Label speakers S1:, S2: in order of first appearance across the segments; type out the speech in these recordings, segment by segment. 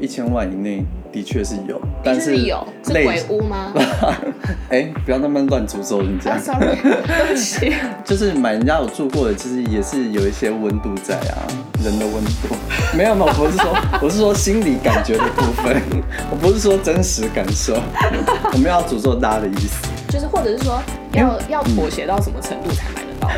S1: 一千万以内的确是有，
S2: 的
S1: 但
S2: 确
S1: 是
S2: 有，是
S1: 类
S2: 鬼屋吗？
S1: 哎、不要那么乱诅咒人家
S2: 啊。，sorry，对不起。
S1: 就是买人家有住过的，其实也是有一些温度在啊，人的温度。 没有嘛，我不是说， 我是说心理感觉的部分， 我不是说真实感受。 我没有要诅咒大家的意思。
S2: 就是或者是说
S1: 嗯
S2: 要要妥协到什么程度才买得到？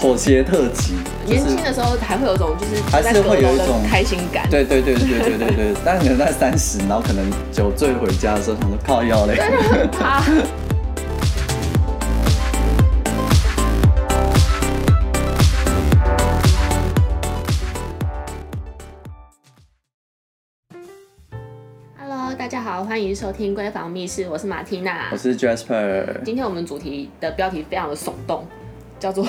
S1: 妥协特辑，就
S2: 年
S1: 是
S2: 轻的时候还会有种就是
S1: 还是会有一种
S2: 在阁楼的开心感。
S1: 对对对对对对对，但可能在三十，然后可能酒醉回家的时候，想说靠药 嘞。
S2: 啊，Hello，大家好，欢迎收听《闺房密室》，我是马缇娜
S1: 我。是 Jasper，
S2: 今天我们主题的标题非常的耸动，叫 做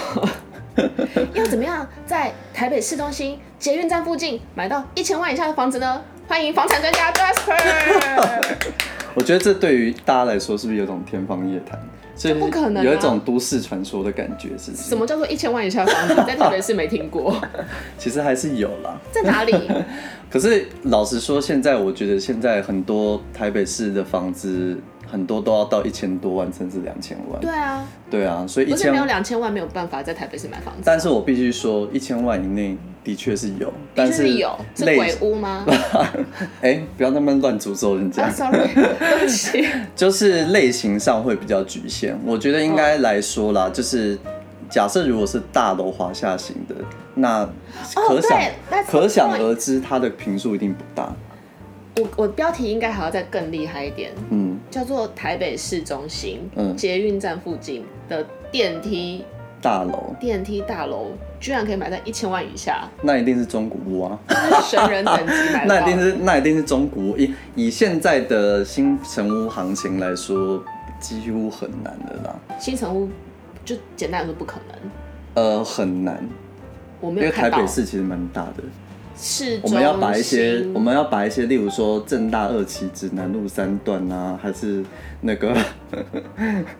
S2: 要怎么样在台北市中心捷运站附近买到一千万以下的房子呢？欢迎房产专 家 Jasper。
S1: 我觉得这对于大家来说是不是有种天方夜谭？就是
S2: 不可能啊
S1: 有一种都市传说的感觉，是不是？
S2: 什么叫做一千万以下的房子？在台北市没 听过，
S1: 其实还是有啦。
S2: 在哪里？
S1: 可是老实说，现在我觉得现在很多台北市的房子，很多都要到一千多万，甚至两千万。
S2: 对啊，
S1: 对啊，所以一
S2: 不是没有
S1: 千，
S2: 两千万没有办法在台北市买房子，
S1: 但是我必须说，一千万以内的确是有，但
S2: 就是有是
S1: 类
S2: 鬼屋吗？
S1: 哎、不要那么乱诅咒人家。
S2: 啊，sorry，对不起。
S1: 就是类型上会比较局限。我觉得应该来说啦，就是假设如果是大楼华夏型的，那 可想、
S2: 哦对，that's the
S1: 可想
S2: point
S1: 而知，它的平数一定不大。
S2: 我我标题应该还要再更厉害一点，
S1: 嗯，
S2: 叫做台北市中心、
S1: 嗯
S2: 捷运站附近的电梯
S1: 大楼
S2: 电梯大楼，居然可以买在一千万 以下，
S1: 那一定是中古屋啊，
S2: 神人等级 买
S1: 那一
S2: 得到。
S1: 定是那一定是中古屋。以以现在的新城屋行情来说，几乎很难的啦。
S2: 新城屋，就简单来说不可能，
S1: 呃，很难，
S2: 我没
S1: 因为
S2: 有
S1: 台
S2: 看到
S1: 北市其实蛮大的。
S2: 市
S1: 我
S2: 中
S1: 们要把一些，
S2: 心
S1: 我们要把一些，例如说正大二期指南路三段啊，还是那个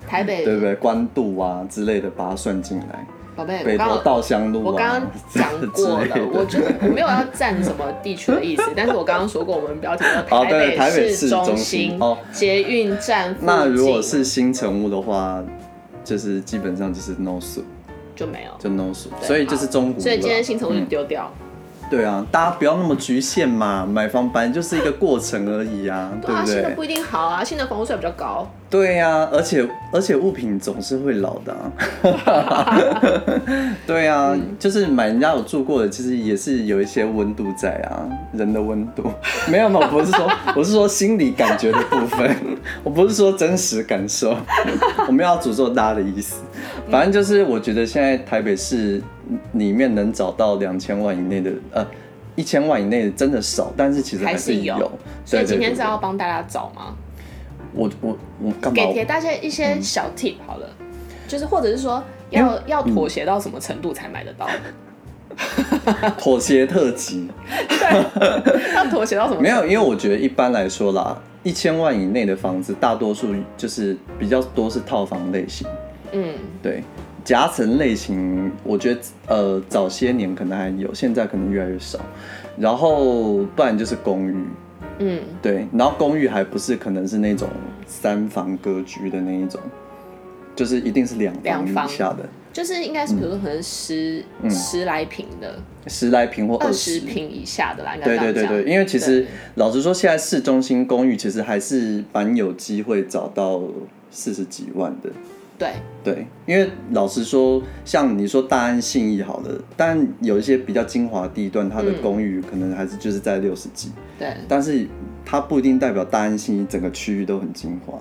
S2: 台北
S1: 对不对关渡啊之类的，把它算进来。
S2: 宝贝，
S1: 北
S2: 我刚
S1: 投
S2: 刚
S1: 稻香路啊，
S2: 我刚刚讲过
S1: 之类的
S2: 了，我就 我没有要占什么地区的意思，但是我刚刚说过，我们标题叫
S1: 哦对台北
S2: 市
S1: 市中
S2: 心
S1: 心哦
S2: 捷运站附近，
S1: 那如果是新成屋的话，就是基本上就是 no soup，
S2: 就没有，
S1: 就 no soup，
S2: 对
S1: 所以就是中古屋
S2: 所以今天
S1: 了。
S2: 新城我就丢掉。
S1: 对啊，大家不要那么局限嘛，买房本来就是一个过程而已啊，对
S2: 啊，
S1: 不
S2: 新的
S1: 对？
S2: 不一定好啊，新的房屋税比较高。
S1: 对呀、而且而且物品总是会老的、啊。 对呀、
S2: 嗯
S1: 就是买人家有住过的，其实也是有一些温度在啊，人的温度。 没有嘛，我不是说，我是说心理感觉的部分， 我不是说真实感受， 我没有要诅咒大家的意思。反正就是，我觉得现在台北市里面能找到两千万以内的，呃，一千万以内的真的少，但是其实
S2: 还
S1: 还
S2: 是
S1: 是
S2: 有
S1: 有。
S2: 所
S1: 对
S2: 以
S1: 对
S2: 今天
S1: 对
S2: 是要帮大家找吗？
S1: 我我我干嘛？
S2: 给给大家一些
S1: 嗯
S2: 小 tip 好了，就是或者是说要要妥协到什么程度才买得到？
S1: 妥协特辑。
S2: 要妥协到什么？
S1: 没有，因为我觉得一般来说啦，一千万以内的房子，大多数就是比较多是套房类型，
S2: 嗯，
S1: 对，夹层类型，我觉得呃早些年可能还有，现在可能越来越少。然后不然就是公寓，
S2: 嗯，
S1: 对，然后公寓还不是可能是那种三房格局的那一种，就是一定是两
S2: 两
S1: 房以
S2: 房
S1: 下的，
S2: 就是应该是比如
S1: 嗯
S2: 说可能十十来平的，
S1: 十来平或嗯
S2: 二
S1: 二
S2: 十
S1: 十
S2: 平以下的啦，应该
S1: 对
S2: 这
S1: 对
S2: 样
S1: 对
S2: 讲
S1: 对，因为其实
S2: 对
S1: 老实说，现在市中心公寓其实还是蛮有机会找到四十几万的。
S2: 对
S1: 对，因为老实说，像你说大安信义好了，但有一些比较精华地段，它的
S2: 嗯
S1: 公寓可能还是就是在六十几，
S2: 对，
S1: 但是它不一定代表大安信义整个区域都很精华，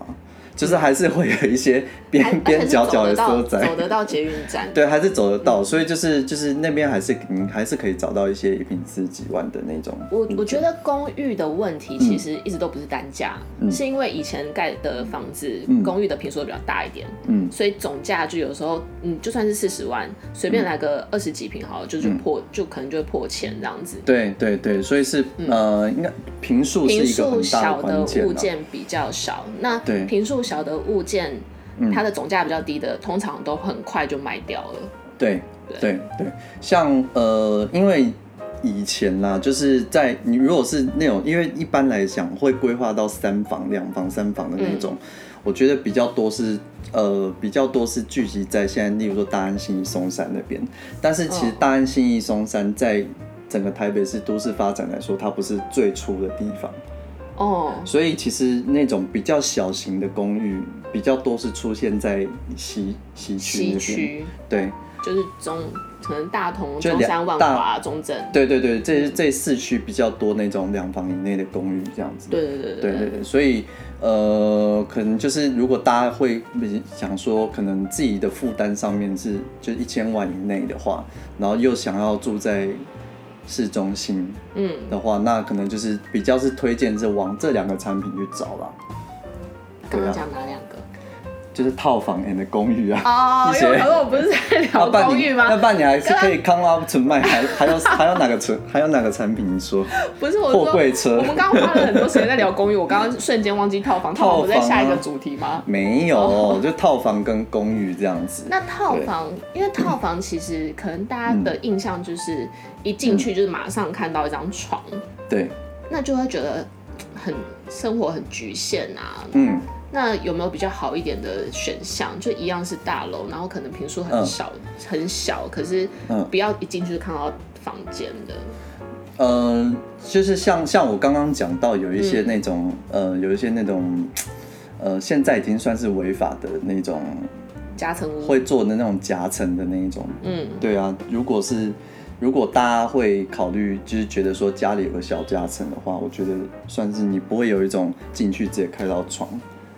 S1: 就是还是会有一些
S2: 还
S1: 边边角角
S2: 而
S1: 的
S2: 且是走
S1: 缩
S2: 得到
S1: 窄
S2: 走。得到捷运站，
S1: 对，还是走得到，所以就是就是那边还是你还是可以找到一些一平四十几万的那种。
S2: 我我觉得公寓的问题其实一直都不是单价，
S1: 嗯
S2: 是因为以前盖的房子、公寓的平数比较大一点，
S1: 嗯
S2: 所以总价就有时候，嗯，就算是四十万，随
S1: 嗯
S2: 便来个二十几平好了，就就破、就可能就会破千这样子。
S1: 对对对，所以是、呃，应该平数是
S2: 嗯平
S1: 一个
S2: 数
S1: 很大
S2: 小的
S1: 关键、
S2: 物
S1: 啊。
S2: 件比较少，那
S1: 对嗯
S2: 平数小的物件，它的总价比较低的，通常都很快就卖掉了。
S1: 对对对，像呃，因为以前啦，就是在你如果是那种，因为一般来讲会规划到三房、两房、三房的那种，
S2: 嗯
S1: 我觉得比较多是呃比较多是聚集在现在，例如说大安、新义、松山那边。但是其实
S2: 哦
S1: 大安、新义、松山在整个台北市都市发展来说，它不是最初的地方，
S2: 哦，
S1: 所以其实那种比较小型的公寓比较多是出现在西西区那
S2: 西
S1: 边。
S2: 区
S1: 对，
S2: 就是中，可能大同、
S1: 就
S2: 中
S1: 两
S2: 山、万
S1: 大
S2: 华、中正，
S1: 对对对，这这市区比较多那种两房以内的公寓这样子。
S2: 对对对
S1: 对对对，所以呃，可能就是如果大家会比想说，可能自己的负担上面是就一千万以内的话，然后又想要住在市中心
S2: 嗯，
S1: 的话，那可能就是比较是推荐是往这两个产品去找啦，
S2: 刚
S1: 对
S2: 刚
S1: 啊
S2: 讲哪两个？
S1: 就是套房 and 公寓啊。
S2: 哦，
S1: 一
S2: 因
S1: 些
S2: 为可是我不是在
S1: 那啊
S2: 聊
S1: 半
S2: 公寓
S1: 年，
S2: 吗
S1: 那？半年还是可以康拉纯卖，还还有 还有哪个纯，还有哪个产品？你说
S2: 不是我
S1: 货
S2: 说，
S1: 柜车
S2: 我们刚刚花了很多时间在聊公寓，我刚刚瞬间忘记套房，套房
S1: 套
S2: 不在下一个
S1: 房啊
S2: 主题吗？
S1: 没
S2: 哦
S1: 有？就套房跟公寓这样子。
S2: 那套房，因为套房其实可能大家的印象就是一进去就是马上看到一张床，
S1: 对，
S2: 那就会觉得嘖很生活很局限啊。
S1: 嗯。
S2: 那有没有比较好一点的选项？就一样是大楼，然后可能平数很
S1: 嗯
S2: 少、很小，可是
S1: 嗯
S2: 不要一进去就看到房间的。
S1: 呃，就是像像我刚刚讲到，有一
S2: 嗯
S1: 些那种、呃，有一些那种呃，现在已经算是违法的那种，
S2: 夹层屋，
S1: 会做的那种夹层的那一种。
S2: 嗯，
S1: 对啊，如果是如果大家会考虑，就是觉得说家里有个小夹层的话，我觉得算是你不会有一种进去直接开到床，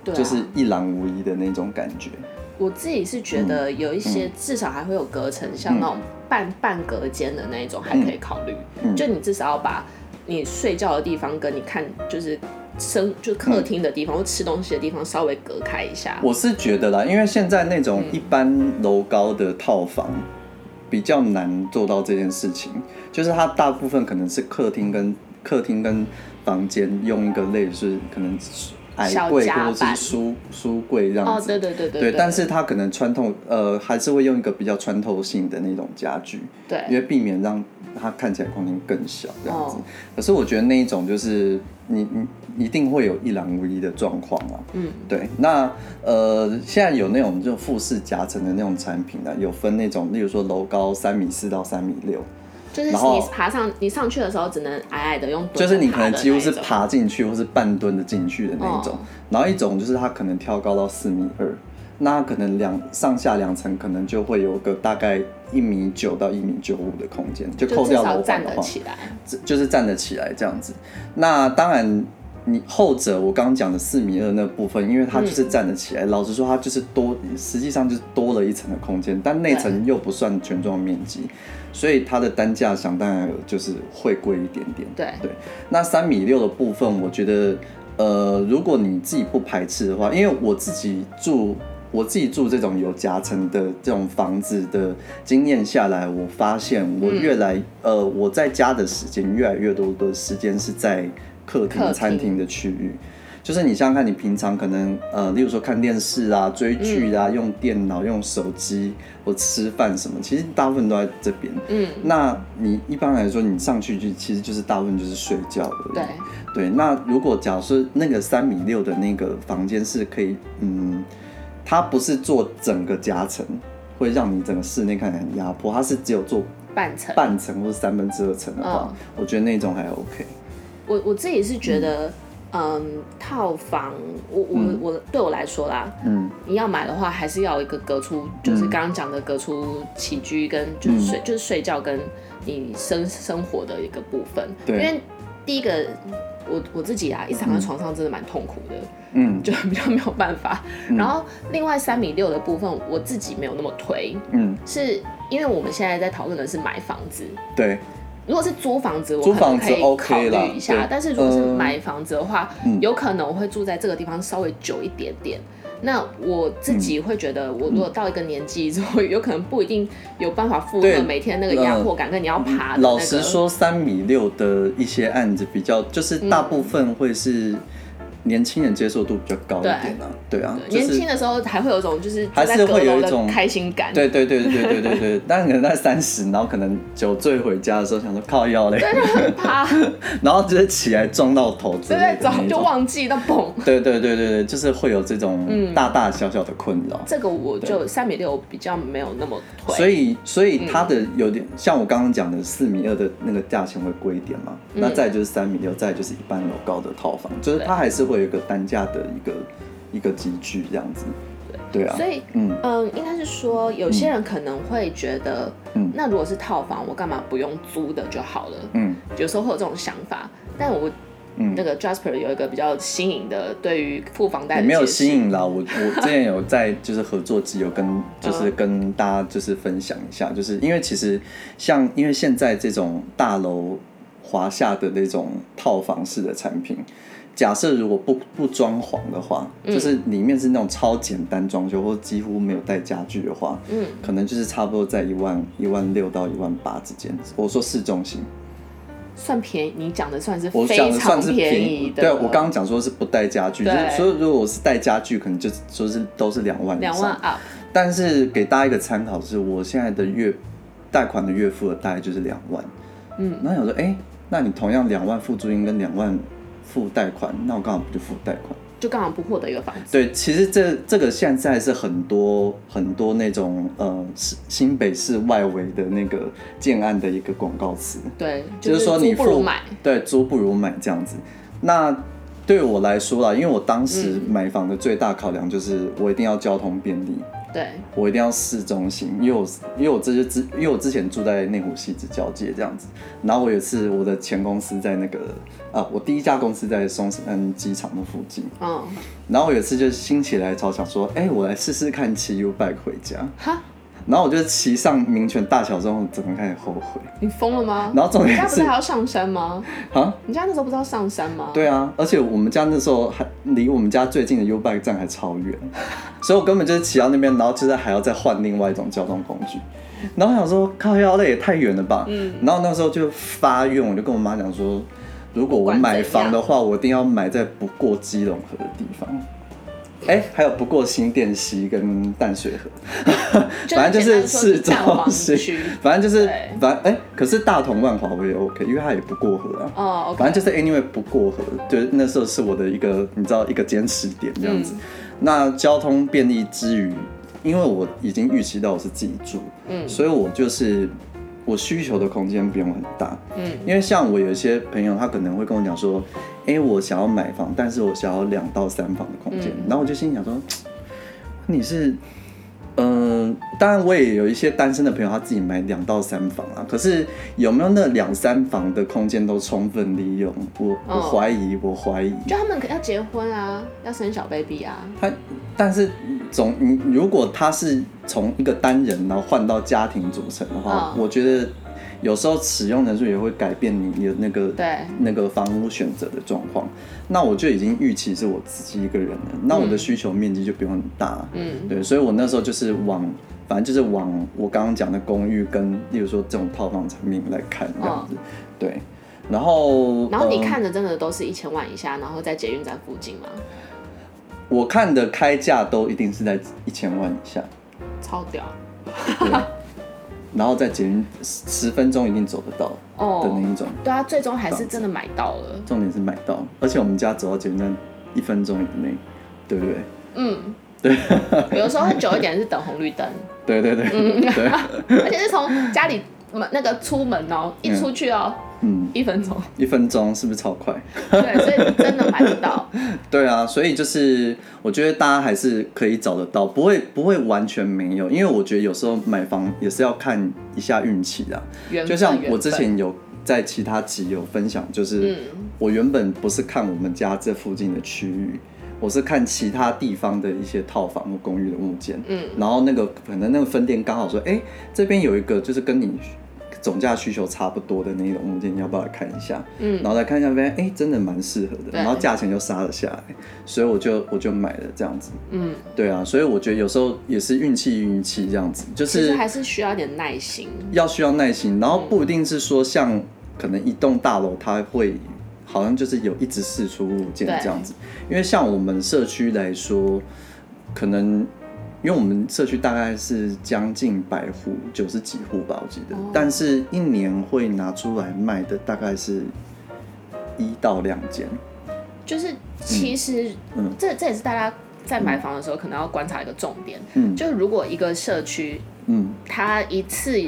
S2: 对、啊，
S1: 就是一览无遗的那种感觉。
S2: 我自己是觉得
S1: 嗯
S2: 有一些至少还会有隔层，像那种半半隔间的那一种还可以考虑。
S1: 嗯
S2: 就你至少要把你睡觉的地方跟你看就是生就客厅的地方、或吃东西的地方稍微隔开一下。
S1: 嗯我是觉得啦，因为现在那种
S2: 嗯
S1: 一般楼高的套房比较难做到这件事情，就是它大部分可能是客厅跟客厅跟房间用一个类似可能矮柜
S2: 小
S1: 或
S2: 夹板
S1: 者是书书柜这样
S2: 哦，
S1: 子。
S2: 对对对对
S1: 对，但是它可能穿透，呃，还是会用一个比较穿透性的那种家具，因
S2: 对
S1: 为避免让它看起来空间更小这样子。
S2: 哦
S1: 可是我觉得那一种就是你你一定会有一览无遗的状况啊。
S2: 嗯，
S1: 对，那呃，现在有那种就复式夹层的那种产品啊呢、有分那种，例如说楼高三米四到三米六，
S2: 就是
S1: 然后
S2: 你爬上你上去的时候只能矮矮的用蹲着
S1: 就
S2: 爬
S1: 是你可
S2: 的那一种，
S1: 能几乎是爬进去或是半蹲的进去的那一种。
S2: 哦
S1: 然后一种就是它可能挑高到四米二，那可能两上下两层可能就会有个大概一米九到一米九五的空间，就
S2: 就
S1: 扣
S2: 至
S1: 掉
S2: 少
S1: 楼
S2: 站
S1: 板的
S2: 得
S1: 话，
S2: 起来。
S1: 这就是站得起来这样子。那当然，你后者我刚刚讲的四米二那部分，因为它
S2: 嗯
S1: 就是站得起来，老实说，它就是多，实际上就是多了一层的空间，但那层又不算全幢面积，所以它的单价想当然有就是会贵一点点。
S2: 对
S1: 对，那三米六的部分，我觉得，呃，如果你自己不排斥的话，因为我自己住，我自己住这种有夹层的这种房子的经验下来，我发现我
S2: 嗯
S1: 越来，呃，我在家的时间越来越多的时间是在客
S2: 客
S1: 厅、
S2: 厅
S1: 餐厅的区域。就是你想想看，你平常可能呃，例如说看电视啊、追剧
S2: 嗯
S1: 啊、用电脑、用手机或吃饭什么，其实大部分都在这边。
S2: 嗯，
S1: 那你一般来说，你上去就其实就是大部分就是睡觉而已。
S2: 对，
S1: 对那如果假设那个三米六的那个房间是可以，嗯，它不是做整个夹层，会让你整个室内看起来很压迫，它是只有做
S2: 半层。
S1: 半层或者三分之二层的话，
S2: 嗯
S1: 我觉得那种还 OK。
S2: 我我自己是觉得，嗯，套房，我我、我对我来说啦，
S1: 嗯，
S2: 你要买的话，还是要有一个隔出，就是刚刚讲的隔出起居跟就是睡、就是睡觉跟你生生活的一个部分。
S1: 对
S2: 因为第一个我我自己啊，一直躺在床上真的蛮痛苦的，
S1: 嗯
S2: 就比较没有办法。然后另外三米六的部分，我自己没有那么推，
S1: 嗯，
S2: 是因为我们现在在讨论的是买房子，
S1: 对，
S2: 如果是租房子，我
S1: 租
S2: 可能
S1: 房子
S2: 可以考
S1: OK 啦
S2: 虑一下
S1: 对。
S2: 但是如果是
S1: 嗯
S2: 买房子的话，
S1: 嗯
S2: 有可能我会住在这个地方稍微久一点点。那我自己会觉得，我如果到一个年纪之后，有可能不一定有办法负
S1: 对嗯
S2: 荷每天那个压迫感，跟你要爬的那个。
S1: 老实，说，三米六的一些案子比较，就是大部分会是，年轻人接受度比较高一点啊，嗯对啊，就
S2: 年
S1: 是
S2: 轻的时候还会有一种就是
S1: 还
S2: 住
S1: 是
S2: 在阁
S1: 会有
S2: 楼
S1: 一种
S2: 的开心感，
S1: 对对对对对对对，但可能在三十，然后可能酒醉回家的时候想说靠腰嘞，
S2: 很怕，对
S1: 然后就是起来撞到头之
S2: 不
S1: 类
S2: 对
S1: 的？那
S2: 早
S1: 一
S2: 就
S1: 种。
S2: 忘记到蹦。
S1: 对对对对对，就是会有这种
S2: 嗯
S1: 大大小小的困扰。
S2: 这个我就三米六比较没有那么推，
S1: 所以，所以它的有点、像我刚刚讲的四米二的那个价钱会贵一点嘛，那再就是三米六，再就是一般楼高的套房，就是它还是会有一个单价的一个一个集聚这样子，对啊，
S2: 所以
S1: 嗯
S2: 嗯，应该是说有些人可能会觉得，
S1: 嗯
S2: 那如果是套房，我干嘛不用租的就好了？
S1: 嗯
S2: 有时候会有这种想法，但我
S1: 嗯
S2: 那，个 Jasper 有一个比较新颖的对于付房贷
S1: 也
S2: 的
S1: 没有
S2: 解释
S1: 吸引啦，我我之前有在就是合作机有 跟就是
S2: 嗯
S1: 跟大家就是分享一下，就是因为其实像因为现在这种大楼华夏的那种套房式的产品，假设如果不不装潢的话，就是
S2: 嗯
S1: 里面是那种超简单装修或几乎没有带家具的话，
S2: 嗯，
S1: 可能就是差不多在一万一万六到一万八之间。我说市中心，
S2: 算便宜，你讲的算是
S1: 我
S2: 非
S1: 讲的
S2: 常
S1: 算是
S2: 便
S1: 宜，
S2: 的。
S1: 对啊我刚刚讲说是不带家具，就是
S2: 对
S1: 所以如果我是带家具，可能就是就是都是两万以
S2: 两
S1: 上。
S2: 万 up，
S1: 但是给大家一个参考是，我现在的月贷款的月付额大概就是两万。
S2: 嗯，
S1: 那想说，哎、那你同样两万付租金跟两万付贷款，那我刚好不就付贷款？
S2: 就刚好不获得一个房子。
S1: 对，其实这这个现在是很多很多那种呃是新北市外围的那个建案的一个广告词。
S2: 对，
S1: 就是是说你
S2: 租
S1: 付
S2: 不如买，
S1: 对，租不如买这样子。那对我来说啦，因为我当时
S2: 嗯
S1: 买房的最大考量就是我一定要交通便利，
S2: 对，
S1: 我一定要市中心，因为我因为我这就之因为我之前住在内湖西子交界这样子，然后我有一次我的前公司在那个啊，我第一家公司在松山机场的附近，
S2: 嗯，
S1: 然后我有一次就兴起来潮想说，哎、我来试试看骑 U bike 回家，
S2: 哈，
S1: 然后我就骑上民权大桥之后，整个开始后悔，
S2: 你疯了吗？
S1: 然后重
S2: 你
S1: 点
S2: 家不
S1: 是
S2: 是还要上山吗？
S1: 啊。
S2: 你家那时候不是要上山吗？，
S1: 对啊，而且我们家那时候还离我们家最近的 U bike 站还超远， 所以我根本就是骑到那边，然后就是还要再换另外一种交通工具。然后我想说，靠腰累也太远了吧。嗯。然后那时候就发愿，我就跟我妈讲说，如果我买房的话，我一定要买在不过基隆河的地方。哎、还有不过新店溪跟淡水 河，反正就是市中
S2: 市
S1: 心，
S2: 区。
S1: 反正就是
S2: 对
S1: 反哎、可是大同万华我也 OK，因为它也不过河啊。
S2: 哦，OK，
S1: 反正就是 anyway 不过河，就是那时候是我的一个你知道一个坚持点这样子。
S2: 嗯
S1: 那交通便利之余，因为我已经预期到我是自己住，
S2: 嗯
S1: 所以我就是我需求的空间不用很大，
S2: 嗯
S1: 因为像我有一些朋友，他可能会跟我讲说，哎、我想要买房，但是我想要两到三房的空间，然后我就心里想说，你是。嗯，当然我也有一些单身的朋友，他自己买两到三房啊。可是有没有那两三房的空间都充分利用？我我
S2: 哦
S1: 怀疑，我怀疑。
S2: 就他们可要结婚啊，要生小 baby 啊，
S1: 他，但是总你如果他是从一个单人然后换到家庭组成的话，
S2: 嗯
S1: 我觉得有时候使用人数也会改变你你的那个
S2: 对
S1: 那个房屋选择的状况。那我就已经预期是我自己一个人了，那我的需求面积就不用很大。
S2: 嗯，
S1: 对，所以我那时候就是往，反正就是往我刚刚讲的公寓跟，例如说这种套房产品来看这样子，对。然后，
S2: 哦然后你
S1: 呃
S2: 看的真的都是一千万以下，然后在捷运站附近吗？
S1: 我看的开价都一定是在一千万以下，
S2: 超屌
S1: 然后在捷运十十分钟一定走得到的
S2: 哦
S1: 那！一种，
S2: 对啊，最终还是真的买到了。
S1: 重点是买到，而且我们家走到捷运站一分钟以内，对不对？
S2: 嗯，对，有时候久一点是等红绿 灯，
S1: 对对对、
S2: 嗯
S1: 对，
S2: 而且是从家里门那个出门哦，一出去哦，
S1: 嗯，
S2: 一分钟，
S1: 一分钟是不是超快？
S2: 对，所以真的买不 到。
S1: 对啊，所以就是我觉得大家还是可以找得到，不会不会完全没有，因为我觉得有时候买房也是要看一下运气的啊。
S2: 缘分
S1: 就像我
S2: 缘
S1: 之
S2: 分
S1: 前有在其他集有分享，就是
S2: 嗯
S1: 我原本不是看我们家这附近的区域，我是看其他地方的一些套房或公寓的物件，
S2: 嗯，
S1: 然后那个可能那个分店刚好说，哎、这边有一个就是跟你。总价需求差不多的那一种物件，你要不要来看一下？
S2: 嗯
S1: 然后来看一下，发现哎，真的蛮适合的，
S2: 对
S1: 然后价钱就杀了下来，所以我就我就买了这样子。
S2: 嗯，
S1: 对啊，所以我觉得有时候也是运气运气这样子，就
S2: 其实
S1: 是
S2: 还是需要一点耐心。
S1: 要需要耐心，然后不一定是说像可能一栋大楼它会好像就是有一直试出物件
S2: 对
S1: 这样子。因为像我们社区来说，可能因为我们社区大概是将近百户，九十几户吧，我记得，
S2: 哦
S1: 但是一年会拿出来卖的大概是一到两间。
S2: 就是其实，
S1: 嗯嗯
S2: 这这也是大家在买房的时候可能要观察一个重点，
S1: 嗯
S2: 就如果一个社区
S1: 嗯，
S2: 它一次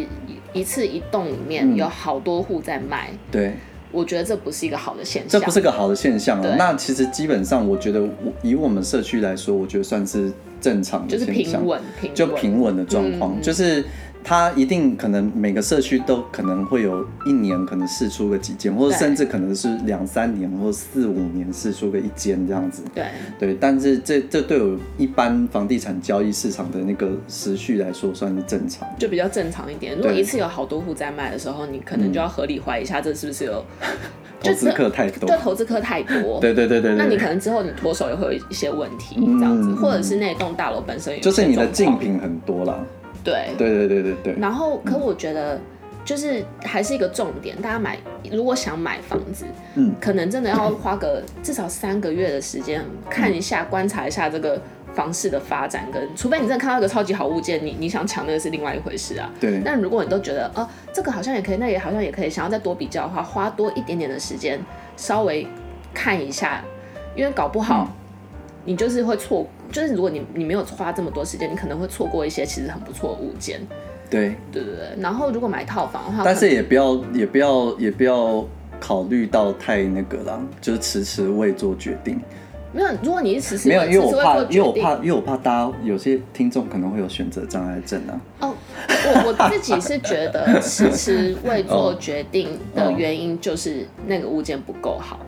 S2: 一次一栋里面
S1: 嗯
S2: 有好多户在卖，
S1: 对。
S2: 我觉得这不是一个好的现
S1: 这
S2: 象。
S1: 不是个好的现象
S2: 对
S1: 啊。那其实基本上，我觉得我以我们社区来说，我觉得算是正常
S2: 就
S1: 的
S2: 是
S1: 现象
S2: 平，稳平稳
S1: 就平稳的状况，
S2: 嗯嗯
S1: 就是。它一定可能每个社区都可能会有一年可能试出个几间，或者
S2: 对
S1: 甚至可能是两三年或四五年试出个一间这样子。
S2: 对
S1: 对，但是这这对我一般房地产交易市场的那个时序来说算是正常。
S2: 就比较正常一点。如果
S1: 对
S2: 一次有好多户在卖的时候，你可能就要合理怀疑一下，这是不是有
S1: 投资客太多
S2: 对，投资客太多？
S1: 对对对对对。
S2: 那你
S1: 对
S2: 可能之后你脱手也会有一些问题，这样子，
S1: 嗯
S2: 或者是那栋大楼本身有一些
S1: 就是你的
S2: 状
S1: 竞
S2: 况
S1: 品很多啦。
S2: 对。
S1: 对对对对对。
S2: 然后，可我觉得就是还是一个重点，大家买如果想买房子，
S1: 嗯，
S2: 可能真的要花个至少三个月的时间看一下、观察一下这个房市的发展，跟除非你真的看到一个超级好物件，你你想抢那个是另外一回事啊。
S1: 对。
S2: 但如果你都觉得哦，这个好像也可以，那也好像也可以，想要再多比较的话，花多一点点的时间，稍微看一下，因为搞不好、
S1: 嗯
S2: 你就是会错，就是如果你你没有花这么多时间，你可能会错过一些其实很不错的物件，
S1: 对。
S2: 对对对。然后如果买套房的话，
S1: 但
S2: 可
S1: 是
S2: 能
S1: 也不要也不要也不要考虑到太那个啦，就是迟迟未做决定。
S2: 没有，如果你是迟迟
S1: 没有，因为我怕，因为我。
S2: 迟迟会做决定
S1: 怕，因为我怕大家有些听众可能会有选择障碍症啊。
S2: 哦，我我自己是觉 得迟迟未做决定的原因就是那个物件不够好，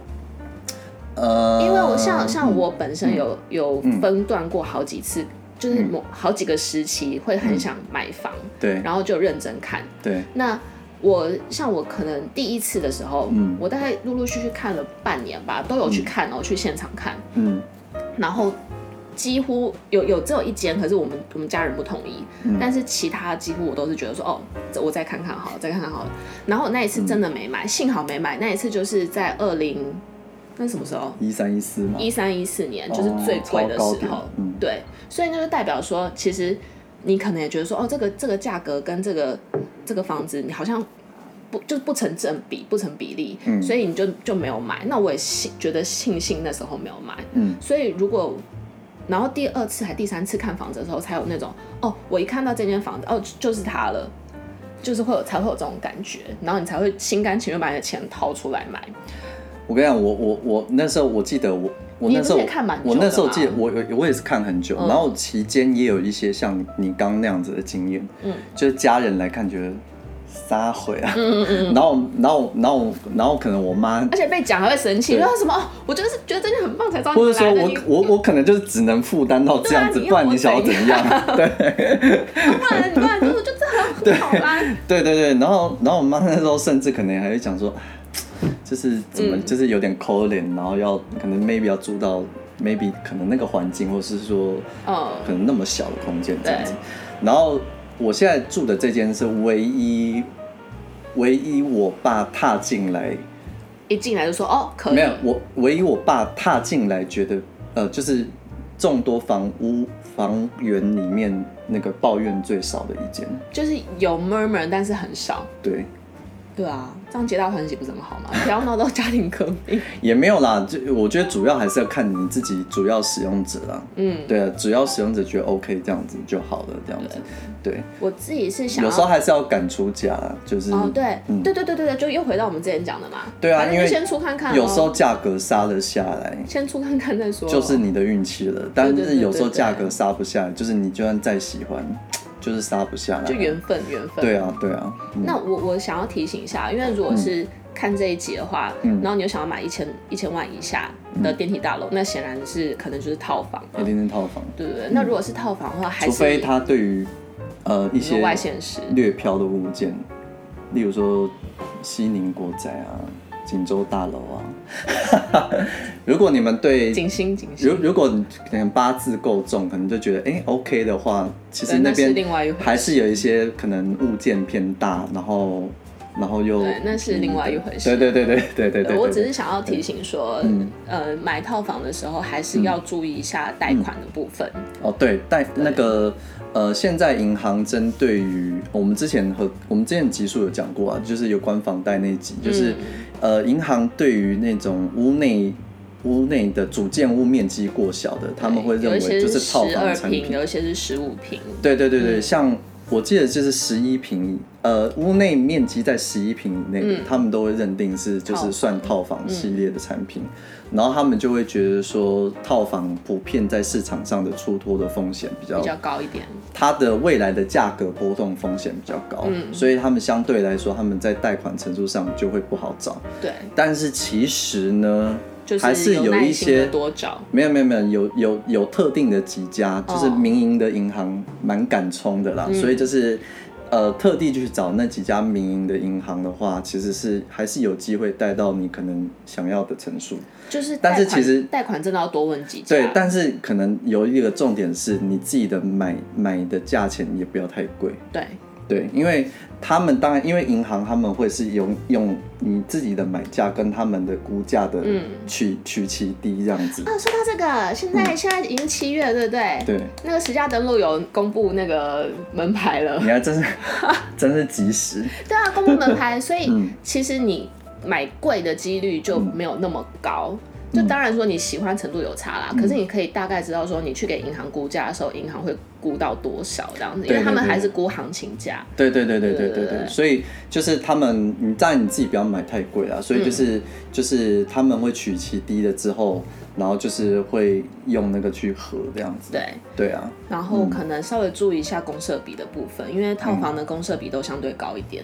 S1: 呃，
S2: 哦因为我像像
S1: 嗯嗯
S2: 我本身有、有分段过好几次，就是某好几个时期会很想买房，
S1: 对
S2: 然后就认真看。
S1: 对
S2: 那我像我可能第一次的时候，
S1: 嗯
S2: 我大概陆陆续续看了半年吧，都有去看哦，去现场看，
S1: 嗯
S2: 然后几乎有有只有一间，可是我们我们家人不同意，
S1: 嗯
S2: 但是其他几乎我都是觉得说，哦，这我再看看好了，再看看好了。然后我那一次真的没买，幸好没买。那一次就是在二零那什么时候？
S1: 一三一四嘛，
S2: 一三一四年就是最贵的
S1: 哦超高
S2: 时
S1: 点
S2: 候，
S1: 嗯
S2: 对，所以那就代表说，其实你可能也觉得说，哦，这个这个价格跟这个这个房子，你好像不就不成正比，不成比例，
S1: 嗯
S2: 所以你就就没有买。那我也信觉得庆幸那时候没有买，
S1: 嗯
S2: 所以如果然后第二次还第三次看房子的时候，才有那种哦，我一看到这间房子，哦，就就是它了。就是会有才会有这种感觉，然后你才会心甘情愿把你的钱掏出来买。
S1: 我跟你讲，我我我那时候我记得我我
S2: 你也
S1: 那时候
S2: 不是也看蛮久的
S1: 我那时候
S2: 吧嗯
S1: 记得我我我也是看很久，然后期间也有一些像你刚那样子的经验，
S2: 嗯，
S1: 就是家人来看觉得撒回啊，
S2: 嗯
S1: 然后然后然后然后可能我妈。
S2: 而且被讲还会生气，
S1: 对
S2: 说什么？哦我就是觉得这件很棒才找你
S1: 或
S2: 们
S1: 者说
S2: 来的，
S1: 我
S2: 你
S1: 我我可能就是只能负担到这样子，
S2: 对啊你
S1: 不然
S2: 要
S1: 你
S2: 我
S1: 想要
S2: 怎
S1: 怎样？
S2: 不然啊你不然就是就这很好啦。
S1: 对对对，然后然后我妈那时候甚至可能还会讲说，哎就是怎么、就是有点抠脸，然后要可能 maybe 要住到 maybe 可能那个环境，或是说可
S2: 嗯，
S1: 能那么小的空间这样子
S2: 对。
S1: 然后我现在住的这间是唯一唯一我爸踏进来
S2: 一进来就说哦可以，
S1: 没有，我唯一我爸踏进来觉得，呃，就是众多房屋房源里面那个抱怨最少的一间。
S2: 就是有 murmur，但是很少。
S1: 对，
S2: 对啊，这样皆大欢喜不是很好吗？不要闹到家庭革命。
S1: 也没有啦，就我觉得主要还是要看你自己主要使用者啦。
S2: 嗯，
S1: 对啊，只要使用者觉得 OK 这样子就好了，这样子。对，
S2: 我自己是想
S1: 有时候
S2: 要。
S1: 还是要赶出家啦，就是、
S2: 哦，对，
S1: 嗯
S2: 对对对对对，就又回到我们之前讲的嘛。
S1: 对啊
S2: 反正
S1: 因
S2: 就
S1: 为
S2: 先出看看咯。
S1: 有时候价格杀得下来，
S2: 先出看看再说。
S1: 就是你的运气了。但
S2: 哦对对
S1: 是
S2: 对
S1: 有时候
S2: 对对
S1: 价格杀不下来，就是你就算再喜欢，就是杀不下来啊。
S2: 就缘分，缘分。
S1: 对啊，对啊。嗯
S2: 那我我想要提醒一下，因为如果是看这一集的话，
S1: 嗯
S2: 然后你又想要买一千一千万以下的电梯大楼，那显然是可能就是套房嘛
S1: 一，定是套房，
S2: 对不对？那如果是套房的话，
S1: 嗯
S2: 还
S1: 除
S2: 是
S1: 非他对于呃一
S2: 有
S1: 些
S2: 外现实，
S1: 略漂的物件，例如说西宁国宅啊、锦州大楼啊，如果你们对
S2: 景星景
S1: 如
S2: 星，
S1: 如果你可能八字够重，可能就觉得哎、OK 的话，其实
S2: 对那是
S1: 边
S2: 另外一回事
S1: 还是有一些可能物件偏大，然后然后又
S2: 对那是另外一回
S1: 对
S2: 事
S1: 对对对对对对，
S2: 我
S1: 对嗯
S2: 只是想要提醒说，呃，买套房的时候还是要注意一下贷款的部分。
S1: 哦，对，贷那个呃，现在银行针对于我们之前和我们之前集数有讲过啊，就是有关房贷那一集，
S2: 嗯
S1: 就是、呃，银行对于那种屋内屋内的主建物面积过小的，他们会认
S2: 有一些
S1: 为就是套
S2: 十
S1: 房
S2: 二
S1: 产
S2: 平，
S1: 品。啊
S2: 有一些是十五平。
S1: 对对对
S2: 嗯
S1: 对，像我记得就是十一平，呃，屋内面积在十一平以内的，
S2: 嗯
S1: 他们都会认定是就
S2: 套
S1: 是
S2: 房
S1: 算套房系列的产品，
S2: 嗯
S1: 然后他们就会觉得说套房普遍在市场上的出脱的风险
S2: 比较高一点，
S1: 它的未来的价格波动风险比较高，
S2: 嗯
S1: 所以他们相对来说，他们在贷款陈述上就会不好找。
S2: 对，
S1: 但是其实呢，
S2: 就
S1: 还是有
S2: 有耐
S1: 一
S2: 心
S1: 些
S2: 的多找，
S1: 没有没有没有有有有特定的几家，就是民营的银行蛮敢冲的啦，所以就是呃特地去找那几家民营的银行的话，其实是还是有机会贷到你可能想要的陈述。
S2: 就是贷
S1: 但是
S2: 款
S1: 其实
S2: 贷款真的要多问几家，
S1: 对，但是可能有一个重点是你自己的买买的价钱也不要太贵。
S2: 对
S1: 对，因为他们当然，因为银行他们会是用用你自己的买价跟他们的估价的
S2: 嗯
S1: 取、取其低这样子。
S2: 啊，说到这个，现在、
S1: 嗯
S2: 现在已经七月，对不对？
S1: 对，
S2: 那个实价登录有公布那个门牌了
S1: 你，还真是真是及时。
S2: 对啊，公布门牌，所以
S1: 嗯
S2: 其实你买贵的几率就没有那么高。
S1: 嗯
S2: 就当然说你喜欢程度有差啦，可是你可以大概知道说你去给银行估价的时候，银行会估到多少这样子，因
S1: 对
S2: 为他们
S1: 对对
S2: 还是估行情价。
S1: 对对对对对
S2: 对
S1: 对
S2: 对
S1: 对，
S2: 对
S1: 所以就是他们，你当然你自己不要买太贵啦，所以
S2: 嗯
S1: 就是、就是他们会取其低了之后，然后就是会用那个去合这样子。
S2: 对，
S1: 对啊，
S2: 然后可能稍微注意一下公社比的部分，因为套房的公社比都相对高一点。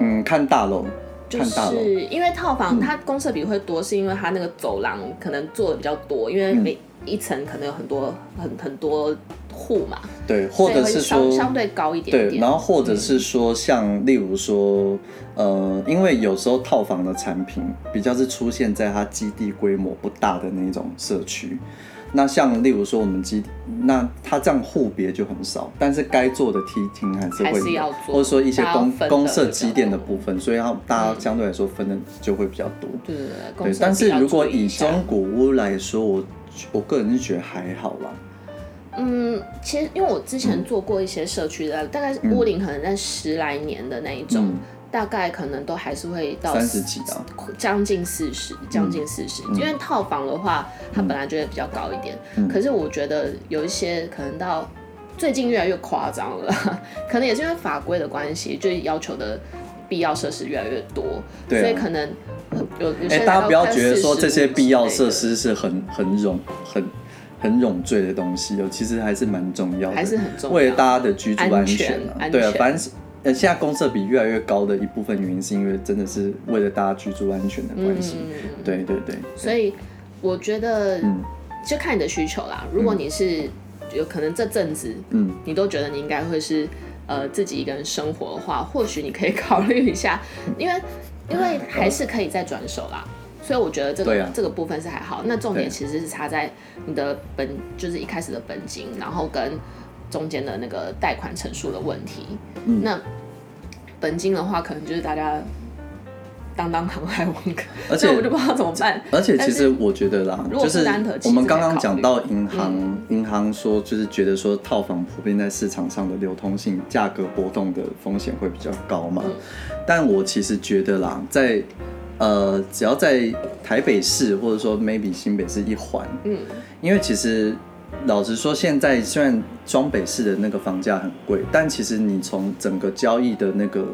S1: 嗯，看大楼，
S2: 就
S1: 看大楼，嗯
S2: 是因为套房它公设比会多，是因为它那个走廊可能做的比较多，因
S1: 嗯
S2: 为每一层可能有很多很很多户嘛，
S1: 对，或者是
S2: 所以会
S1: 说
S2: 相相对高一点
S1: 对，
S2: 点。
S1: 然后或者是说，像例如说，
S2: 嗯
S1: 呃，因为有时候套房的产品比较是出现在它基地规模不大的那种社区。那像例如说我们基，那它这样户别就很少，但是该做的梯厅还是
S2: 还
S1: 会
S2: 是
S1: 有
S2: 要
S1: 或
S2: 做
S1: 者说一些
S2: 大家
S1: 公
S2: 分的
S1: 公
S2: 比
S1: 社
S2: 较
S1: 基建的
S2: 多
S1: 部分，所以它大家相对来说分的就会比较多。
S2: 对对对，公
S1: 对，
S2: 设比
S1: 但是
S2: 要
S1: 如果
S2: 注意
S1: 以
S2: 一下
S1: 中古屋来说，我我个人是觉得还好啦。
S2: 嗯，其实因为我之前做过一些社区的，大概屋龄可能在十来年的那一种，
S1: 嗯
S2: 大概可能都还是会到
S1: 三十几嗯啊，
S2: 将近四十，将近四十、因为套房的话，它本来就会比较高一点。
S1: 嗯
S2: 可是我觉得有一些可能到最近越来越夸张了， 可能也是因为法规的关系，就是要求的必要设施越来越多，
S1: 对啊
S2: 所以可能有有
S1: 哎、
S2: 些
S1: 大家不要
S2: 到
S1: 觉得说
S2: 45
S1: 这些必要设
S2: 之类
S1: 施是很很冗很很冗赘的东西哦，其实还是蛮重要的，
S2: 的，还是很重要，
S1: 为了大家的居住安全啊。
S2: 安全
S1: 对啊
S2: 安，全
S1: 反正呃，现在公设比越来越高的一部分原因，是因为真的是为了大家居住安全的关系。
S2: 嗯
S1: 对对对，
S2: 所以我觉得
S1: 嗯，
S2: 就看你的需求啦。如果你是有可能这阵子，
S1: 嗯，
S2: 你都觉得你应该会是呃自己一个人生活的话，或许你可以 考虑一下，
S1: 嗯
S2: 因为因为还是可以再转手啦。所以我觉得这
S1: 啊对
S2: 个、
S1: 啊
S2: 这个部分是还好。那重点
S1: 对
S2: 其实是差在你的本，就是一开始的本金，然后跟中间的那个贷款成数的问题。
S1: 嗯
S2: 那本金的话，可能就是大家当当航海王，
S1: 而且
S2: 那我就不知道怎么办。
S1: 而且其
S2: 但
S1: 实
S2: 是
S1: 我觉得啦，
S2: 如果
S1: 就是是
S2: 单核其
S1: 我
S2: 实
S1: 们
S2: 可以
S1: 刚刚
S2: 考
S1: 讲
S2: 虑嗯
S1: 到银行，银行说就是觉得说套房普遍在市场上的流通性、价格波动的风险会比较高
S2: 嗯
S1: 嘛。但我其实觉得啦，在呃，只要在台北市或者说 maybe 新北市一环，
S2: 嗯，
S1: 因为其实老实说，现在虽然双北市的那个房价很贵，但其实你从整个交易的那个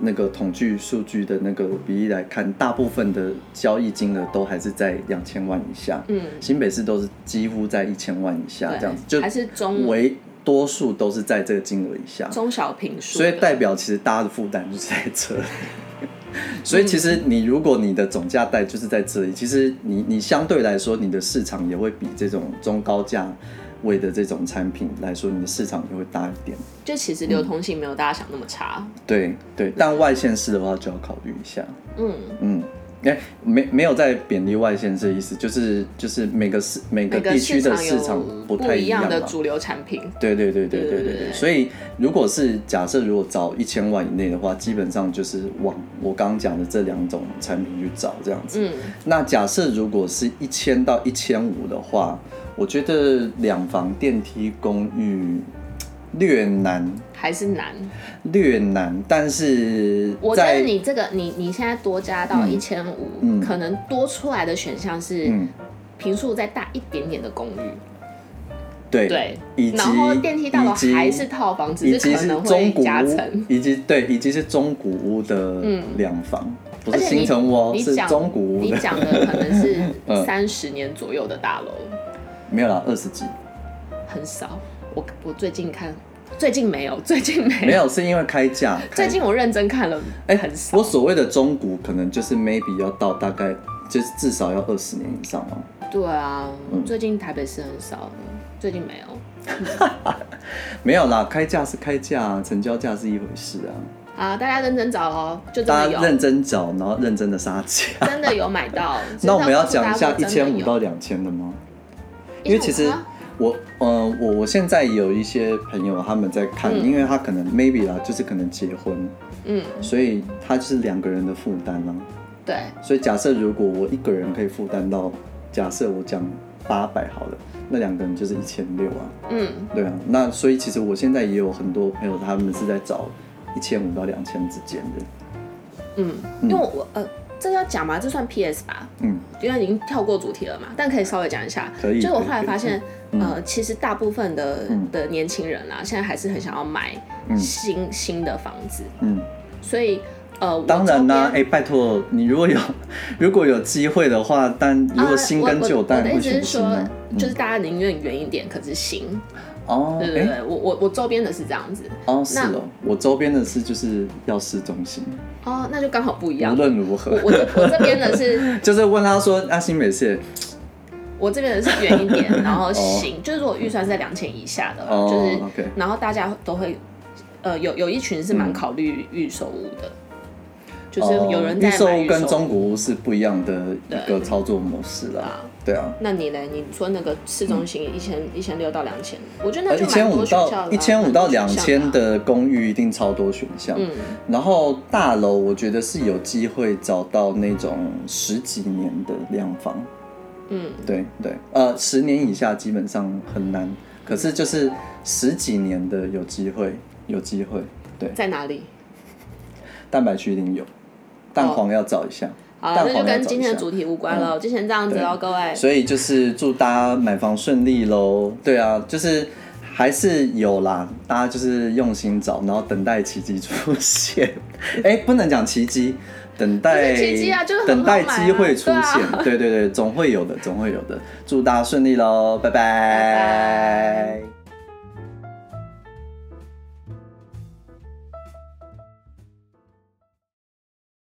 S1: 那个统计数据的那个比例来看，大部分的交易金额都还是在两千万以下，
S2: 嗯，
S1: 新北市都是几乎在一千万以下
S2: 对，
S1: 这样子，就
S2: 还是中
S1: 为多数都是在这个金额以下，
S2: 中小平数
S1: 所
S2: 的，
S1: 以代表其实大家的负担就是在这里。 所以其实你如果你的总价带就是在这里，其实你你相对来说你的市场也会比这种中高价位的这种产品来说，你的市场也会大一点。
S2: 就其实流通性没有大家想那么差。
S1: 对对，但外县市的话就要考虑一下。
S2: 嗯，
S1: 嗯，哎、没没有在贬低外县市的意思，就是就是每个市每个
S2: 每个
S1: 地区的
S2: 场有
S1: 市场不
S2: 不
S1: 太
S2: 一
S1: 样啊
S2: 样的
S1: 嘛
S2: 主流产品，
S1: 对对对对对对
S2: 对对
S1: 对，
S2: 对
S1: 所以如果是假设如果找一千万以内的话，基本上就是往我刚刚讲的这两种产品去找这样子。
S2: 嗯，
S1: 那假设如果是一千到一千五的话，我觉得两房电梯公寓略难
S2: 还是难。
S1: 略难，但是
S2: 我觉得
S1: 在
S2: 你这个你你现在多加到一千五，可能多出来的选项是
S1: 嗯
S2: 平数再大一点点的公寓，
S1: 对
S2: 对
S1: 以，及
S2: 然后电梯大楼
S1: 以及
S2: 还是套房，只
S1: 以及
S2: 是可
S1: 是
S2: 能
S1: 中
S2: 会
S1: 古
S2: 加
S1: 屋
S2: 层。，
S1: 以及对，以及是中古屋的
S2: 嗯
S1: 两房，不
S2: 而
S1: 是
S2: 且
S1: 新城屋哦，
S2: 你
S1: 是
S2: 讲
S1: 中古屋
S2: 你
S1: 的，
S2: 讲的可能是
S1: 嗯
S2: 三十年左右的大楼，
S1: 没有啦，二十几。
S2: 很少。我我最近看，最近没有，最近没有，
S1: 没有，是因为开 价。开
S2: 最近我认真看了，
S1: 哎、
S2: 很少。
S1: 我所谓的中古，可能就是 maybe 要到大概就是至少要二十年以上哦。
S2: 对啊，
S1: 嗯
S2: 最近台北市很少，最近没有。
S1: 没有啦，开价是开价啊，成交价是一回事啊。
S2: 啊，大家认真找哦，就真
S1: 大家
S2: 的 有，
S1: 认真找，然后认真的杀 价。
S2: 真的有买到。
S1: 那我们要讲一下一
S2: 真的
S1: 千五
S2: 有
S1: 到两千的吗？
S2: 啊
S1: 因为其实
S2: 1500吗
S1: 我，呃，我我现在有一些朋友他们在看，因为他可能 maybe 啦，就是可能结婚，
S2: 嗯，
S1: 所以他就是两个人的负担啦。
S2: 对，
S1: 所以假设如果我一个人可以负担到，假设我讲八百好了，那两个人就是一千六啊。
S2: 嗯，
S1: 对啊，那所以其实我现在也有很多朋友，他们是在找一千五到两千之间的。
S2: 嗯，因为我呃，这要讲吗？这算 PS 吧？
S1: 嗯，
S2: 因为已经跳过主题了嘛，但可以稍微讲一下。
S1: 可以
S2: 就是我
S1: 可以
S2: 后来
S1: 可以
S2: 发现，呃，其实大部分的
S1: 嗯
S2: 的年轻人啊，现在还是很想要买
S1: 嗯
S2: 新新的房子，
S1: 嗯，
S2: 所以呃，我
S1: 当然啦、
S2: 周
S1: 哎、
S2: 边
S1: 拜托你如果有 如果有机会的话，但如果新跟旧，
S2: 啊我
S1: 当然
S2: 我的
S1: 会
S2: 意思
S1: 选
S2: 是
S1: 新
S2: 说
S1: 啊。，
S2: 就是大家宁愿远一点，可是新。
S1: 哦，
S2: 对
S1: 哎
S2: 对对，我我我周边的是这样子。
S1: 哦，是
S2: 那
S1: 哦，我周边的是就是要市中心，
S2: 哦，那就刚好不一样
S1: 无。论如
S2: 我
S1: 何，
S2: 我这我这边的是，
S1: 就是问他说阿新美是，
S2: 我这边的是远一点，然后行，就是如果预算在两千以下的话，
S1: 哦
S2: 就是
S1: OK 嗯
S2: 然后大家都会，呃，有有一群是蛮考虑预售屋的，就是有人
S1: 哦
S2: 在
S1: 预售
S2: 买
S1: 屋
S2: 预
S1: 跟
S2: 售
S1: 中
S2: 屋。
S1: 古屋是不一样的一个操作模式啦
S2: 啊。
S1: 对啊，
S2: 那你嘞？你说那个市中心一千一千六到两千，我觉得那
S1: 呃，一
S2: 就
S1: 千
S2: 蛮
S1: 五
S2: 多学校的啊
S1: 到一千五到两千，
S2: 蛮多选项啊
S1: 的公寓一定超多选项，
S2: 嗯
S1: 然后大楼我觉得是有机会找到那种十几年的量房，
S2: 嗯，
S1: 对对，呃，十年以下基本上很难，可是就是十几年的有机会，有机会，对，
S2: 啊在哪里？
S1: 蛋白区一定有，蛋黄要找一下，
S2: 哦好了，
S1: 蛋
S2: 那就
S1: 黄要
S2: 跟
S1: 找
S2: 今
S1: 一
S2: 天
S1: 下
S2: 的。主题无关
S1: 嗯
S2: 了，就先这样子喽，各位。
S1: 所以就是祝大家买房顺利喽。对啊，就是还是有啦，大家就是用心找，然后等待奇迹出 现。哎、不能讲奇迹，等待
S2: 不是奇迹啊就是很
S1: 等
S2: 好买
S1: 待
S2: 啊
S1: 机会出现。
S2: 对啊
S1: 对对对，总会有的，总会有的。祝大家顺利喽，拜拜
S2: 拜